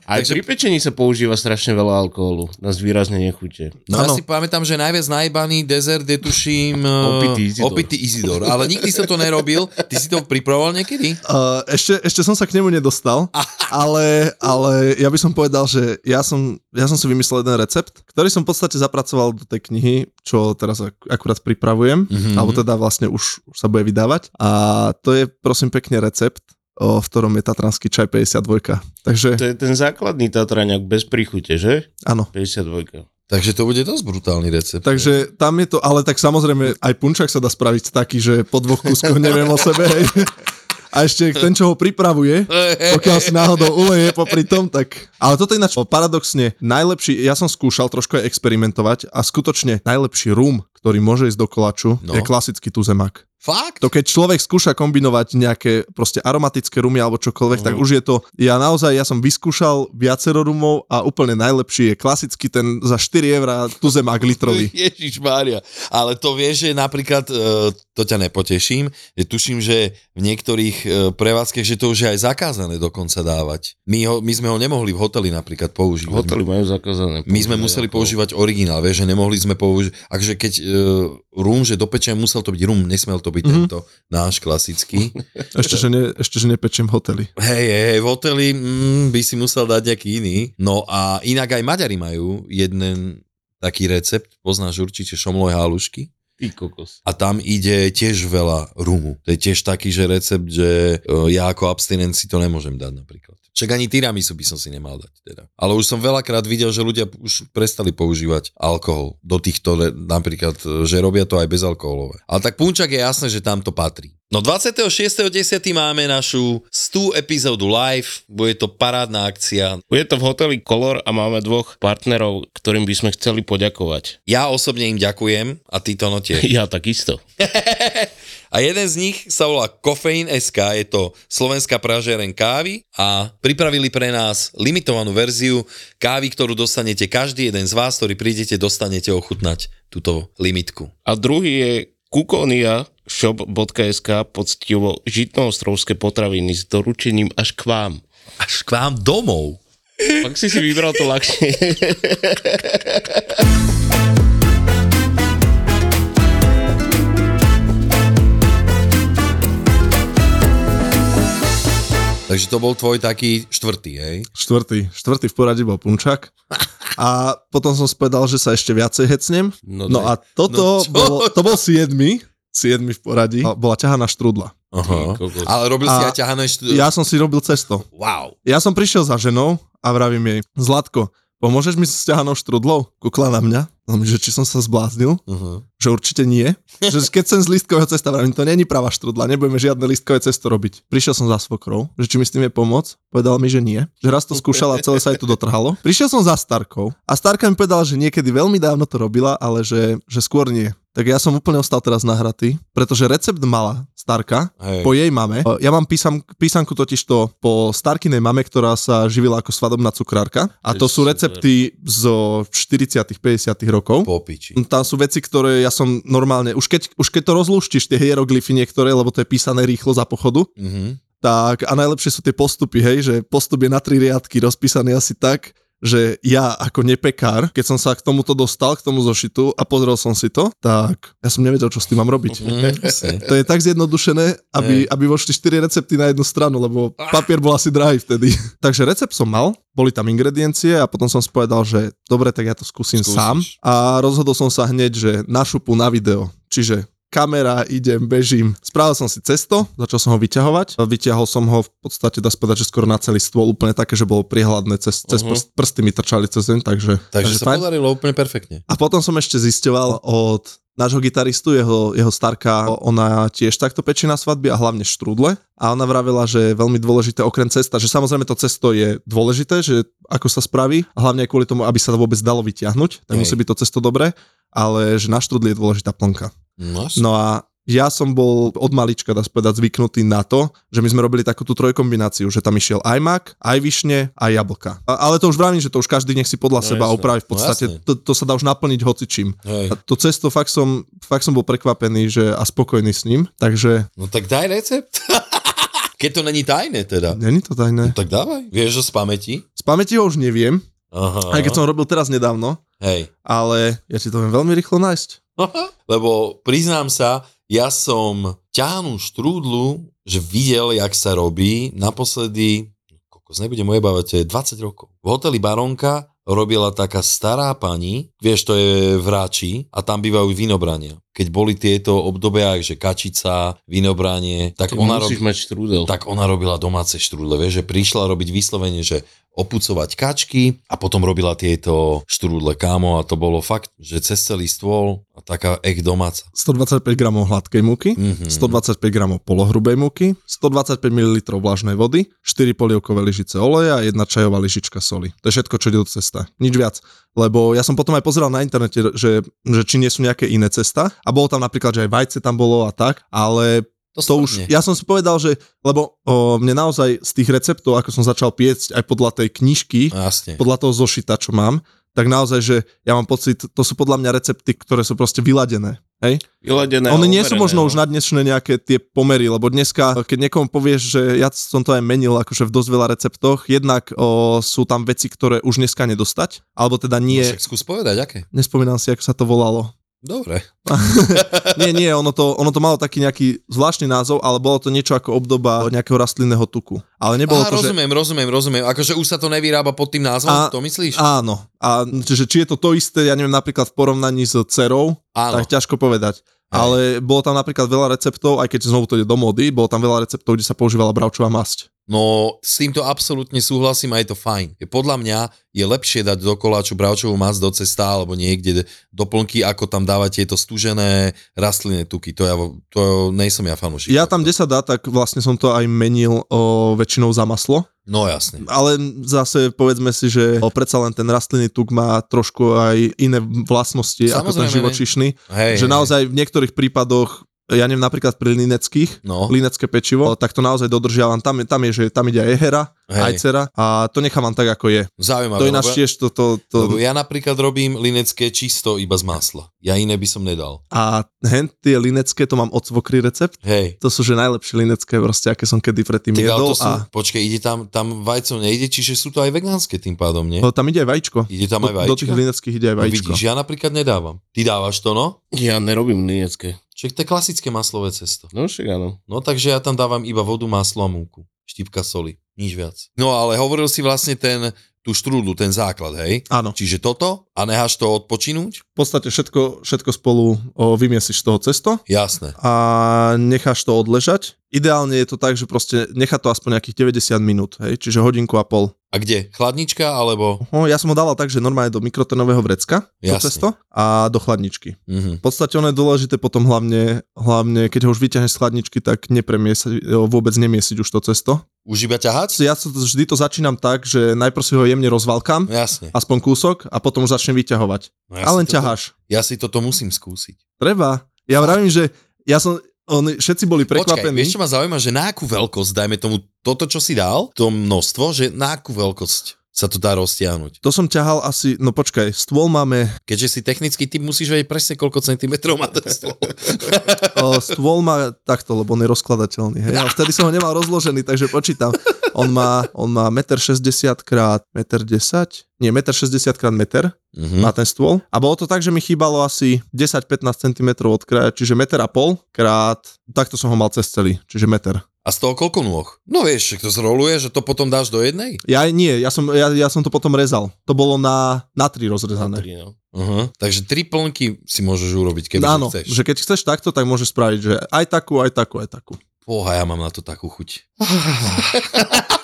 Speaker 2: Aj
Speaker 3: Takže-
Speaker 2: Takže... pri pečení sa používa strašne veľa alkoholu, nás výrazne nechute.
Speaker 3: No ja
Speaker 4: Áno.
Speaker 3: si pamätám, že najviac najbaný dezert je tuším e,
Speaker 2: Opitý Izidor.
Speaker 3: opitý Izidor. Ale nikdy som to nerobil. Ty si to pripravoval niekedy?
Speaker 4: Uh, ešte, ešte som sa k nemu nedostal, ale, ale ja by som povedal, že ja som, ja som si vymyslel jeden recept, ktorý som v podstate zapracoval do tej knihy, čo teraz ak- akurát pripravujem,
Speaker 3: Mhm.
Speaker 4: mm-hmm. alebo teda vlastne už, už sa bude vydávať. A to je prosím pekne recept, o, v ktorom je tatranský čaj 52. Takže
Speaker 2: To je ten základný Tatraňak bez príchute, že?
Speaker 4: áno.
Speaker 2: 52.
Speaker 3: Takže to bude dosť brutálny recept.
Speaker 4: Takže tam je to, ale tak samozrejme aj punčak sa dá spraviť taký, že po dvoch kúskoch neviem o sebe. Hej. A ešte ten, čo ho pripravuje,
Speaker 2: Eh.
Speaker 4: pokiaľ si náhodou uleje popri tom, tak... Ale toto ináč paradoxne najlepší, ja som skúšal trošku aj experimentovať a skutočne najlepší rum, ktorý môže ísť do kolaču,
Speaker 3: No.
Speaker 4: no. je klasický tuzemák.
Speaker 3: Fakt?
Speaker 4: To keď človek skúša kombinovať nejaké proste aromatické rumy alebo čokoľvek, tak už je to, ja naozaj, ja som vyskúšal viacero rumov a úplne najlepší je klasicky ten za 4 eurá tuzemák litrový.
Speaker 3: Ježiš Mária. Ale to vieš, že napríklad, e, to ťa nepoteším, že tuším, že v niektorých e, prevádzkach, že to už je aj zakázané dokonca dávať. My, ho, my sme ho nemohli v hoteli napríklad používať.
Speaker 2: Hotely majú zakázané.
Speaker 3: My sme museli používať originál, vieš, že nemohli sme používať, akže keď e, rum, že dopečem, musel to byť rum, nesmel to byť mm-hmm. tento náš klasický.
Speaker 4: Ešte, že, ne, ešte, že nepečiem hotely.
Speaker 3: Hej, hej, hej, v hoteli mm, by si musel dať nejaký iný. No a inak aj Maďari majú jeden taký recept, poznáš určite šomloj halušky.
Speaker 2: Ty kokos.
Speaker 3: A tam ide tiež veľa rumu. To je tiež taký, že recept, že e, ja ako abstinent si to nemôžem dať napríklad. Však ani tiramisu by som si nemal dať. Teda. Ale už som veľakrát videl, že ľudia už prestali používať alkohol do týchto, re- napríklad, e, že robia to aj bezalkoholové. Ale tak punčak je jasné, že tam to patrí. No 26.10. máme našu 100 epizódu live, bude to parádna akcia.
Speaker 2: Je to v hoteli Color a máme dvoch partnerov, ktorým by sme chceli poďakovať.
Speaker 3: Ja osobne im ďakujem a ty to tiež.
Speaker 2: Ja takisto.
Speaker 3: A jeden z nich sa volá Kofeín SK, je to slovenská pražiareň kávy a pripravili pre nás limitovanú verziu kávy, ktorú dostanete každý jeden z vás, ktorý prídete, dostanete ochutnať túto limitku.
Speaker 2: A druhý je kukonia shop.sk poctivo žitnoostrovské potraviny s doručením až k vám.
Speaker 3: Až k vám domov.
Speaker 2: Pak si si vybral to ľahšie.
Speaker 3: Takže to bol tvoj taký štvrtý, hej?
Speaker 4: Štvrtý, štvrtý v poradí bol Punčak. A potom som spedal, že sa ešte viacej hecnem.
Speaker 2: No,
Speaker 4: No a
Speaker 3: No
Speaker 4: toto
Speaker 3: čo?
Speaker 4: bol, to bol siedmy, siedmy v poradí. A bola ťahaná štrúdla.
Speaker 3: Aha.
Speaker 2: kokos.
Speaker 3: Ale robil si
Speaker 4: A
Speaker 3: aj ťahané štú...
Speaker 4: Ja som si robil cesto.
Speaker 3: Wow.
Speaker 4: Ja som prišiel za ženou a vravím jej, Zlatko, pomôžeš mi s ťahanou štrudlou? Kukla na mňa, no, že či som sa zbláznil,
Speaker 3: Uh-huh.
Speaker 4: že určite nie. Že keď som z listkového cesta, vravím, to není pravá štrudla, nebudeme žiadne listkové cesto robiť. Prišiel som za svokrou, že či mi s tým je pomôcť, povedal mi, že nie. Že raz to skúšala a celé sa jej to dotrhalo. Prišiel som za Starkou a Starka mi povedala, že niekedy veľmi dávno to robila, ale že, že skôr nie. Tak ja som úplne ostal teraz nahratý, pretože recept mala Starka,
Speaker 3: Hej.
Speaker 4: po jej mame. E, Ja mám písam, písanku totiž to po Starkinej mame, ktorá sa živila ako svadobná cukrárka. A
Speaker 2: To
Speaker 4: to
Speaker 2: je
Speaker 4: sú
Speaker 2: super.
Speaker 4: recepty zo 40 50 rokov.
Speaker 3: Popiči.
Speaker 4: No, Tam sú veci, ktoré ja som normálne, už keď, už keď to rozlúštiš, tie hieroglyfy niektoré, lebo to je písané rýchlo za pochodu,
Speaker 3: Uh-huh.
Speaker 4: tak a najlepšie sú tie postupy, hej, že postup je na tri riadky rozpísaný asi tak, že ja ako nepekár, keď som sa k tomuto dostal, k tomu zošitu a pozrel som si to, tak ja som nevedel, čo s tým mám robiť. To je tak zjednodušené, aby, aby vošli 4 recepty na jednu stranu, lebo papier bol asi drahý vtedy. Takže recept som mal, boli tam ingrediencie a potom som spovedal, že dobre, tak ja to skúsim
Speaker 3: Skúsiš.
Speaker 4: Skúsiš. sám. A rozhodol som sa hneď, že na šupu na video. Čiže kamera, idem, bežím. Spravil som si cesto, začal som ho vyťahovať. Vyťahol som ho v podstate, dá sa povedať, že skoro na celý stôl, úplne také, že bolo prihľadné, cez, cez
Speaker 2: Mhm.
Speaker 4: prst, prsty mi trčali cez zem, takže,
Speaker 3: Takže sa
Speaker 4: fajn.
Speaker 3: podarilo úplne perfektne.
Speaker 4: A potom som ešte zisťoval od nášho gitaristu, jeho, jeho starka, ona tiež takto pečí na svadby a hlavne štrúdle. A ona vravela, že je veľmi dôležité okrem cesta, že samozrejme to cesto je dôležité, že ako sa spraví, a hlavne aj kvôli tomu, aby sa to vôbec dalo vyťahnuť, tak
Speaker 3: Hej.
Speaker 4: musí byť to cesto dobré, ale že na štrúdli je dôležitá plnka.
Speaker 3: No,
Speaker 4: No a ja som bol od malička, dá sa povedať, zvyknutý na to, že my sme robili takú tú trojkombináciu, že tam išiel aj mak, aj višne, aj jablka. A, ale to už vravím, že to už každý nech si podľa
Speaker 2: No
Speaker 4: seba
Speaker 2: jasné.
Speaker 4: opraví v
Speaker 3: No
Speaker 4: podstate.
Speaker 3: jasné.
Speaker 4: to, to sa dá už naplniť hocičím.
Speaker 3: Hej.
Speaker 4: A to cesto fakt som, fakt som bol prekvapený že, a spokojný s ním, takže
Speaker 3: no tak daj recept. Keď to není tajné teda.
Speaker 4: není to tajné.
Speaker 3: Tak dávaj. Vieš, že z pamäti?
Speaker 4: Z pamäti ho už neviem,
Speaker 3: Aha.
Speaker 4: aj keď som ho robil teraz nedávno,
Speaker 3: Hej.
Speaker 4: ale ja ti to viem veľmi rýchlo nájsť.
Speaker 3: Lebo priznám sa, ja som ťahnu štrúdlu, že videl, jak sa robí. Naposledy, kokos, nebudem ojebávať, to je 20 rokov. V hoteli Baronka robila taká stará pani, vieš, to je v Ráči a tam bývajú vinobrania. Keď boli tieto obdobia, že kačica, vinobranie, tak ona robí...
Speaker 2: Musíš mať štrúdel.
Speaker 3: Tak ona robila domáce štrúdle, vieš, že prišla robiť vyslovene, že opucovať kačky a potom robila tieto štrúdle, kámo, a to bolo fakt, že cez celý stôl a taká ek domáca.
Speaker 4: 125 gramov hladkej múky,
Speaker 3: Mhm.
Speaker 4: 125 Mm-hmm. gramov polohrubej múky, 125 ml vlažnej vody, 4 polievkové lyžice oleja a 1 čajová lyžička soli. To je všetko, čo ide do cesta. Nič viac. Lebo ja som potom aj pozeral na internete, že, že či nie sú nejaké iné cesta. A bolo tam napríklad, že aj vajce tam bolo a tak, ale
Speaker 3: To,
Speaker 4: to už, ja som si povedal, že, lebo o, mne naozaj z tých receptov, ako som začal piecť aj podľa tej knižky,
Speaker 3: No, Jasne.
Speaker 4: podľa toho zošita, čo mám, tak naozaj, že ja mám pocit, to sú podľa mňa recepty, ktoré sú proste vyladené. Hej?
Speaker 2: Vyladené. a
Speaker 4: Oni nie sú
Speaker 2: overené,
Speaker 4: možno
Speaker 2: no.
Speaker 4: už na dnešné nejaké tie pomery, lebo dneska, keď niekomu povieš, že ja som to aj menil akože v dosť veľa receptoch, jednak o, sú tam veci, ktoré už dneska nedostať, alebo teda
Speaker 3: No
Speaker 4: nie,
Speaker 3: Však skús povedať, aké.
Speaker 4: nespomínam si, ako sa to volalo.
Speaker 3: Dobre.
Speaker 4: Nie, nie, ono to, ono to malo taký nejaký zvláštny názov, ale bolo to niečo ako obdoba nejakého rastlinného tuku. Ale nebolo
Speaker 3: Aha,
Speaker 4: to, že...
Speaker 3: rozumiem, rozumiem, rozumiem. Akože už sa to nevyrába pod tým názvom,
Speaker 4: A-
Speaker 3: to myslíš?
Speaker 4: Áno. A čiže či je to to isté, ja neviem, napríklad v porovnaní s cerou,
Speaker 3: Áno.
Speaker 4: tak ťažko povedať.
Speaker 3: Hej.
Speaker 4: Ale bolo tam napríklad veľa receptov, aj keď znovu to ide do mody, bolo tam veľa receptov, kde sa používala bravčová masť.
Speaker 3: No, s týmto absolútne súhlasím a je to fajn. Je- Podľa mňa je lepšie dať do koláču bravčovú masť do cesta alebo niekde doplnky, ako tam dávať tieto stužené rastlinné tuky. To ja, vo- to nejsom ja fanúšik.
Speaker 4: Ja tam, kde sa dá, tak vlastne som to aj menil o, väčšinou za maslo,
Speaker 3: No jasne.
Speaker 4: ale zase povedzme si, že o, predsa len ten rastlinný tuk má trošku aj iné vlastnosti ako
Speaker 3: Samozrejme,
Speaker 4: ten
Speaker 3: ne.
Speaker 4: živočišný,
Speaker 3: Hej,
Speaker 4: že
Speaker 3: hej,
Speaker 4: naozaj v niektorých prípadoch, ja neviem, napríklad pri lineckých,
Speaker 3: No,
Speaker 4: linecké pečivo, o, tak to naozaj dodržiavam. Tam, je- tam je, že tam ide aj hera,
Speaker 3: Hej. No,
Speaker 4: aj cera a to nechávam tak, ako je.
Speaker 3: zaujímavé.
Speaker 4: To je náš
Speaker 3: lebo-
Speaker 4: tiež toto... To,
Speaker 3: lebo ja napríklad robím linecké čisto iba z masla. Ja iné by som nedal.
Speaker 4: A hen tie linecké, to mám od svokry recept.
Speaker 3: Hej.
Speaker 4: To sú že najlepšie linecké proste, aké som kedy predtým
Speaker 3: Tak, ale
Speaker 4: jedol.
Speaker 3: to sú,
Speaker 4: A
Speaker 3: Počkej, ide tam, tam vajco nejde, čiže sú to aj vegánske tým pádom, nie?
Speaker 4: no, tam ide aj vajíčko.
Speaker 3: Ide tam aj
Speaker 4: Do, do
Speaker 3: vajíčka?
Speaker 4: tých lineckých ide aj
Speaker 3: No
Speaker 4: vajíčko.
Speaker 3: vidíš, ja napríklad nedávam. Ty dávaš to, no?
Speaker 2: Ja nerobím linecké.
Speaker 3: Čiže to je klasické maslové cesto.
Speaker 2: No však áno.
Speaker 3: No takže ja tam dávam iba vodu, maslo a múku. Štipka soli. Nič viac. No ale hovoril si vlastne ten, tú štrúdlu, ten základ, hej?
Speaker 4: Áno,
Speaker 3: Čiže toto a necháš to odpočinúť?
Speaker 4: v podstate všetko, všetko spolu o, vymiesiš z toho cesto
Speaker 3: Jasné.
Speaker 4: a necháš to odležať. Ideálne je to tak, že proste nechá to aspoň nejakých 90 minút, hej, čiže hodinku a pol.
Speaker 3: A kde? Chladnička alebo...
Speaker 4: Ho, ja som ho dala tak, že normálne do mikrotenového vrecka,
Speaker 3: Jasne.
Speaker 4: to cesto a do chladničky.
Speaker 3: Mhm.
Speaker 4: V podstate ono je dôležité potom hlavne, hlavne keď ho už vyťahneš z chladničky, tak nepremiesať, vôbec nemiesiť už to cesto.
Speaker 3: Už iba ťahať?
Speaker 4: Ja to, vždy to začínam tak, že najprv si ho jemne rozvalkám,
Speaker 3: No, Jasne.
Speaker 4: aspoň kúsok a potom už začnem vyťahovať.
Speaker 3: No
Speaker 4: Ja a
Speaker 3: si
Speaker 4: len
Speaker 3: toto-
Speaker 4: ťaháš.
Speaker 3: Ja si toto musím skúsiť.
Speaker 4: Treba. Ja vravím, že ja som, on, všetci boli
Speaker 3: Počkaj,
Speaker 4: prekvapení.
Speaker 3: vieš čo ma zaujíma, že na akú veľkosť, dajme tomu toto, čo si dal, to množstvo, že na akú veľkosť sa to dá roztiahnuť.
Speaker 4: to som ťahal asi, no počkaj, stôl máme,
Speaker 3: Keďže si technický typ, musíš vedieť presne, koľko centimetrov má ten stôl.
Speaker 4: o, stôl má takto, lebo on je rozkladateľný. Hej. A vtedy som ho nemal rozložený, takže počítam. On má, on má 1,60 m krát 1,10 m, nie, 1,60 m krát meter
Speaker 3: Mhm.
Speaker 4: na ten stôl. A bolo to tak, že mi chýbalo asi 10-15 cm od kraja, čiže meter a pol krát, takto som ho mal cez celý, čiže meter.
Speaker 3: A z toho koľko nôh? No vieš, však to zroluje, že to potom dáš do jednej?
Speaker 4: Ja nie, ja som, ja, ja som to potom rezal. To bolo na, na tri
Speaker 2: Na
Speaker 4: rozrezané.
Speaker 2: tri, no.
Speaker 3: Uh-huh. Takže tri plnky si môžeš urobiť, keby
Speaker 4: Áno,
Speaker 3: chceš.
Speaker 4: že keď chceš takto, tak môžeš spraviť, že aj takú, aj takú, aj takú.
Speaker 3: Boha, ja mám na to takú chuť.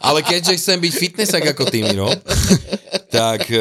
Speaker 3: Ale keďže chcem byť fitnessak ako ty, no, tak e,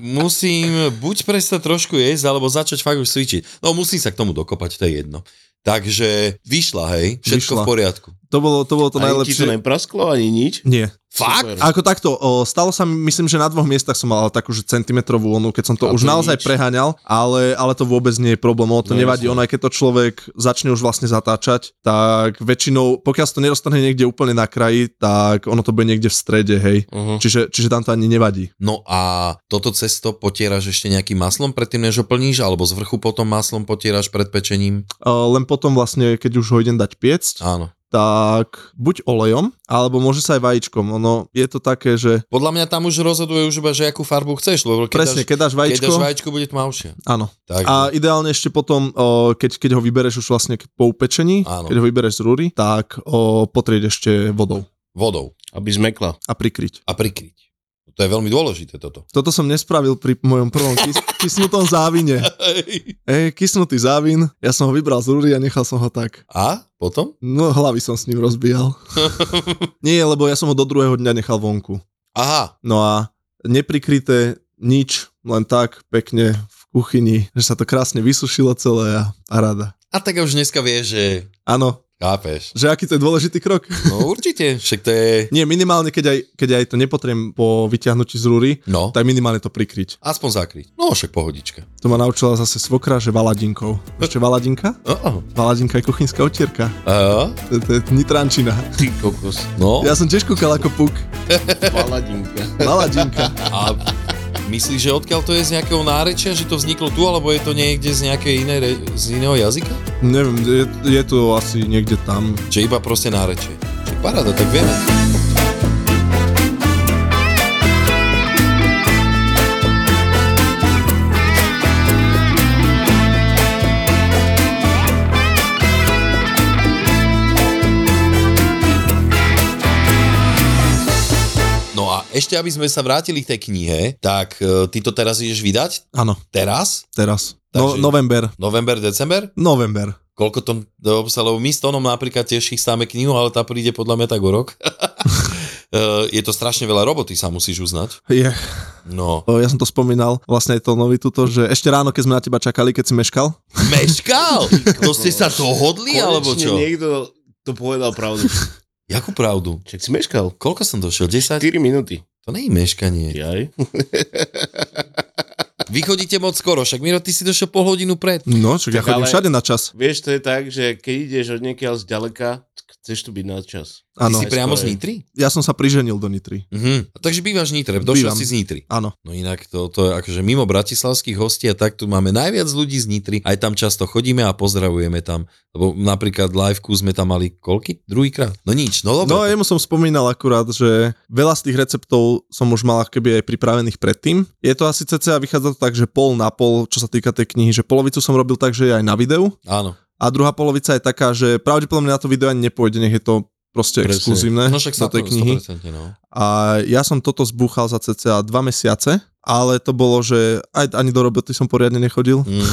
Speaker 3: musím buď prestať trošku jesť, alebo začať fakt už cvičiť. No musím sa k tomu dokopať, to je jedno. Takže vyšla, hej, všetko
Speaker 4: Vyšla.
Speaker 3: v poriadku.
Speaker 4: To bolo to, bolo to
Speaker 2: Ani ti to
Speaker 4: najlepšie.
Speaker 2: neprasklo, ani nič?
Speaker 4: Nie.
Speaker 3: Fakt?
Speaker 2: Super.
Speaker 4: Ako takto, o, stalo sa mi, myslím, že na dvoch miestach som mal takú, že centimetrovú onu, keď som to
Speaker 2: A
Speaker 4: už
Speaker 2: to
Speaker 4: naozaj
Speaker 2: nič.
Speaker 4: preháňal, ale, ale to vôbec nie je problém, ono to
Speaker 2: No,
Speaker 4: nevadí,
Speaker 2: jasné.
Speaker 4: ono aj keď to človek začne už vlastne zatáčať, tak väčšinou, pokiaľ sa to nedostane niekde úplne na kraji, tak ono to bude niekde v strede, hej.
Speaker 2: Uh-huh.
Speaker 4: Čiže, čiže tam to ani nevadí.
Speaker 3: No a toto cesto potieraš ešte nejakým maslom predtým, než ho plníš, alebo z vrchu potom maslom potieraš pred pečením?
Speaker 4: O, Len potom vlastne, keď už ho idem dať piecť,
Speaker 3: Áno.
Speaker 4: tak buď olejom, alebo môže sa aj vajíčkom. Ono je to také, že
Speaker 3: Podľa mňa tam už rozhoduje už iba, že akú farbu chceš, lebo keď
Speaker 4: presne,
Speaker 3: dáš,
Speaker 4: keď dáš
Speaker 3: keď
Speaker 4: vajíčko,
Speaker 3: dáš vajíčko, bude tmavšie.
Speaker 4: áno.
Speaker 3: Takže,
Speaker 4: A ideálne ešte potom, o, keď, keď ho vybereš už vlastne k- po upečení,
Speaker 3: Áno.
Speaker 4: keď ho vybereš z rúry, tak o, potrieť ešte vodou
Speaker 3: vodou
Speaker 2: Aby zmekla.
Speaker 4: a prikryť.
Speaker 3: a prikryť. To je veľmi dôležité toto.
Speaker 4: Toto som nespravil pri mojom prvom kys- kysnutom závine. Ej, kysnutý závin, ja som ho vybral z rúry a nechal som ho tak.
Speaker 3: A potom?
Speaker 4: No hlavy som s ním rozbíjal. Nie, lebo ja som ho do druhého dňa nechal vonku.
Speaker 3: Aha,
Speaker 4: No a neprikryté nič, len tak pekne v kuchyni, že sa to krásne vysušilo celé a, a rada.
Speaker 3: a tak už dneska vieš, že
Speaker 4: Áno,
Speaker 3: Chápeš?
Speaker 4: Že aký to je dôležitý krok.
Speaker 3: No určite, však to je...
Speaker 4: Nie, minimálne, keď aj, keď aj to nepotrebujem po vyťahnutí z rúry,
Speaker 3: No, tak...
Speaker 4: tak minimálne to prikryť.
Speaker 3: aspoň zakryť. No však pohodička.
Speaker 4: To ma naučila zase svokra, že valadinkou. Ešte valadinka?
Speaker 3: Uh-oh.
Speaker 4: Valadinka je kuchynská utierka.
Speaker 3: Uh,
Speaker 4: To, to je nitrančina.
Speaker 2: Ty kokos,
Speaker 3: no,
Speaker 4: Ja som tiež kúkal ako puk.
Speaker 2: paladinka.
Speaker 4: Valadinka.
Speaker 3: a myslíš, že odkiaľ to je z nejakého nárečia, že to vzniklo tu, alebo je to niekde z nejakej inej, re- z iného jazyka?
Speaker 4: Neviem, je, je to asi niekde tam.
Speaker 3: Že iba proste nárečie. Čo paráda, tak vieme. No a ešte, aby sme sa vrátili k tej knihe, tak e, ty to teraz ideš vydať?
Speaker 4: Áno,
Speaker 3: Teraz?
Speaker 4: teraz. No,
Speaker 3: Takže-
Speaker 4: november.
Speaker 3: November, december?
Speaker 4: November.
Speaker 3: Koľko tom obsahov? My s Tonom napríklad tiež chystáme knihu, ale tá príde podľa mňa tak o rok. Eh, je to strašne veľa roboty, sa musíš uznať.
Speaker 4: Je.
Speaker 3: No.
Speaker 4: O, Ja som to spomínal, vlastne je to nový tuto, že ešte ráno, keď sme na teba čakali, keď si meškal,
Speaker 3: Meškal! To ste sa dohodli, alebo
Speaker 2: Konečne
Speaker 3: čo?
Speaker 2: niekto to povedal pravdu.
Speaker 3: Jakú pravdu?
Speaker 2: Čak si meškal.
Speaker 3: Koľko som došiel?
Speaker 2: 4
Speaker 3: 10?
Speaker 2: minúty.
Speaker 3: To nie je meškanie.
Speaker 2: Jaj.
Speaker 3: Vy chodíte moc skoro, však Miro, ty si došiel pol hodinu pred.
Speaker 4: no, čo ja
Speaker 2: Tak
Speaker 4: chodím
Speaker 2: ale-
Speaker 4: všade na čas.
Speaker 2: Vieš, to je tak, že keď ideš od niekiaľ zďaleka, chceš tu byť na čas.
Speaker 3: Ty
Speaker 4: Áno,
Speaker 3: si priamo z
Speaker 2: skoro je.
Speaker 3: Nitry?
Speaker 4: ja som sa priženil do Nitry.
Speaker 3: Mhm. A Takže bývaš v Nitre, došiel
Speaker 4: Bývam.
Speaker 3: si z Nitry.
Speaker 4: Áno.
Speaker 3: No inak to, to je akože mimo bratislavských hostí a tak tu máme najviac ľudí z Nitry. Aj tam často chodíme a pozdravujeme tam. Lebo napríklad liveku sme tam mali koľky? Druhýkrát? No nič, no dobre.
Speaker 4: No a jemu som spomínal akurát, že veľa z tých receptov som už mal keby aj pripravených predtým. Je to asi cca, vychádza to tak, že pol na pol, čo sa týka tej knihy, že polovicu som robil tak, že je aj na videu
Speaker 3: Áno.
Speaker 4: a druhá polovica je taká, že pravdepodobne na to video ani nepôjde, nech je to proste
Speaker 2: Presne.
Speaker 4: exkluzívne
Speaker 3: No však
Speaker 4: do
Speaker 3: sa
Speaker 4: tej knihy.
Speaker 3: 100%, no.
Speaker 4: A ja som toto zbúchal za cca 2 mesiace, ale to bolo, že aj, ani do roboty som poriadne nechodil.
Speaker 3: Mm,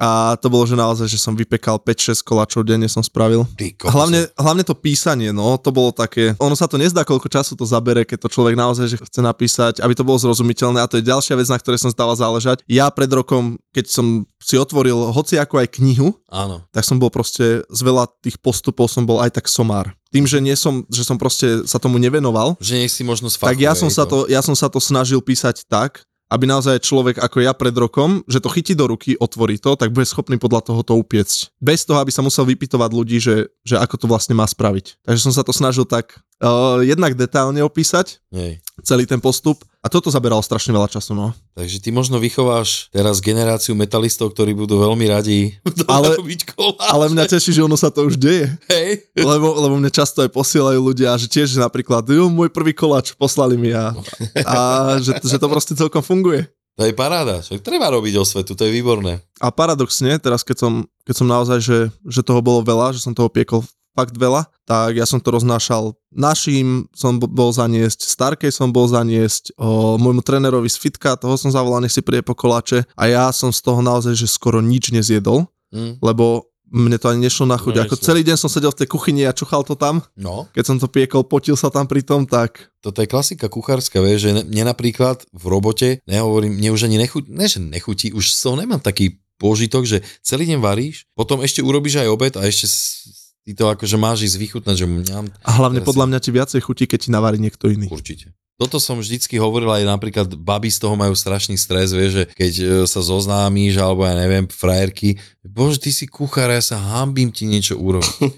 Speaker 4: A to bolo, že naozaj, že som vypekal 5-6 koláčov denne som spravil.
Speaker 3: ty
Speaker 4: A
Speaker 3: kokos.
Speaker 4: hlavne, hlavne to písanie, no, to bolo také, ono sa to nezdá, koľko času to zabere, keď to človek naozaj že chce napísať, aby to bolo zrozumiteľné a to je ďalšia vec, na ktorej som stále záležať. Ja pred rokom, keď som si otvoril hociako aj knihu,
Speaker 3: Áno.
Speaker 4: tak som bol proste z veľa tých postupov som bol aj tak somár. Tým, že nie som, že som proste sa tomu nevenoval,
Speaker 3: Že nech si možno
Speaker 4: tak ja
Speaker 3: no.
Speaker 4: som, sa to, ja som sa to snažil písať tak, aby naozaj človek ako ja pred rokom, že to chytí do ruky, otvorí to, tak bude schopný podľa toho to upiecť. Bez toho, aby sa musel vypytovať ľudí, že, že ako to vlastne má spraviť. Takže som sa to snažil tak uh, jednak detálne opísať,
Speaker 3: Hej.
Speaker 4: celý ten postup. A toto zaberalo strašne veľa času, no.
Speaker 3: Takže ty možno vychováš teraz generáciu metalistov, ktorí budú veľmi radi
Speaker 4: Ale-
Speaker 3: robiť koláč.
Speaker 4: Ale mňa teší, že ono sa to už deje.
Speaker 3: Hej.
Speaker 4: Lebo, lebo mne často aj posielajú ľudia, že tiež napríklad, jo, môj prvý koláč poslali mi a, a že, že to proste celkom funguje.
Speaker 3: To je paráda. Však treba robiť osvetu, to je výborné.
Speaker 4: A paradoxne, teraz keď som, keď som naozaj, že, že toho bolo veľa, že som toho piekol fakt veľa, tak ja som to roznášal našim, som b- bol zaniesť, Starkej som bol zaniesť, o, môjmu trénerovi z fitka, toho som zavolal, nech si príde po koláče a ja som z toho naozaj, že skoro nič nezjedol,
Speaker 3: Mm.
Speaker 4: lebo mne to ani nešlo na chuť.
Speaker 3: No,
Speaker 4: Ako
Speaker 3: jasne.
Speaker 4: celý deň som sedel v tej kuchyni a čuchal to tam,
Speaker 3: No.
Speaker 4: keď som to piekol, potil sa tam pri tom, tak
Speaker 3: toto je klasika kuchárska, vieš, že mne napríklad v robote, nehovorím, mne už ani nechutí, ne, že nechutí, už z toho nemám taký pôžitok, že celý deň varíš, potom ešte urobíš aj obed a ešte s- ty to akože máš ísť vychutnať, že mňam,
Speaker 4: a hlavne
Speaker 3: Presne.
Speaker 4: podľa mňa ti viacej chutí, keď ti navarí niekto iný.
Speaker 3: určite. Toto som vždycky hovoril aj napríklad, baby z toho majú strašný stres, vieš, že keď e, sa zoznámíš, alebo ja neviem, frajerky, bože, ty si kuchár, ja sa hambím ti niečo urobiť.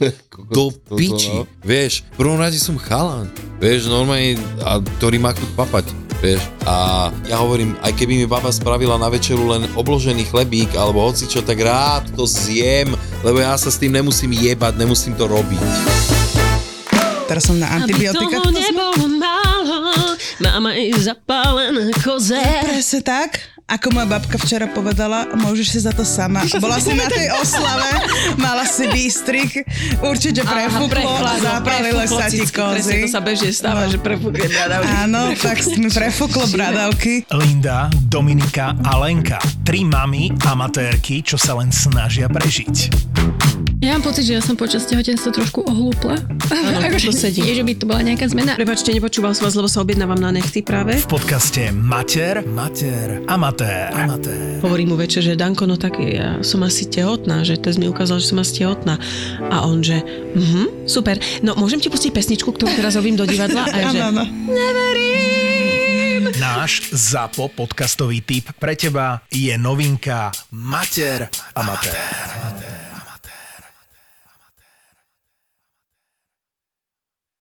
Speaker 3: do
Speaker 2: Toto,
Speaker 3: piči.
Speaker 2: no.
Speaker 3: Vieš, v prvom rade som chalan. Vieš, normálne, a, ktorý má chuť papať. Vieš, a ja hovorím, aj keby mi baba spravila na večeru len obložený chlebík alebo hocičo, tak rád to zjem, lebo ja sa s tým nemusím jebať, nemusím to robiť.
Speaker 6: Teraz som na
Speaker 7: Aby
Speaker 6: antibiotikách.
Speaker 7: toho nebolo málo, mama je zapálená koze.
Speaker 6: Presne tak, ako moja babka včera povedala, môžeš si za to sama. Bola si na tej oslave, mala si výstrik, určite prefúklo a zapálilo sa ti kozy.
Speaker 7: to sa bežne stáva, že prefúkne
Speaker 6: Áno, tak mi prefúklo bradavky.
Speaker 8: Linda, Dominika a Lenka. Tri mami amatérky, čo sa len snažia prežiť.
Speaker 9: Ja mám pocit, že ja som počas tehotenstva trošku ohlúpla.
Speaker 7: Áno,
Speaker 9: Akože
Speaker 7: to sedí.
Speaker 9: Nie, že by to bola nejaká zmena.
Speaker 7: Prepačte, nepočúval som vás, lebo sa objednávam na nechty práve.
Speaker 8: V podcaste Mater, Mater,
Speaker 5: Amatér.
Speaker 8: Amatér
Speaker 5: Amatér.
Speaker 7: Hovorím mu večer, že Danko, no tak ja som asi tehotná, že test mi ukázal, že som asi tehotná. A on, že mhm, super, no môžem ti pustiť pesničku, ktorú teraz robím do divadla? A ja, že
Speaker 6: Áno, áno.
Speaker 5: Náš ZAPO podcastový tip pre teba je novinka Mater Amatér. Amatér.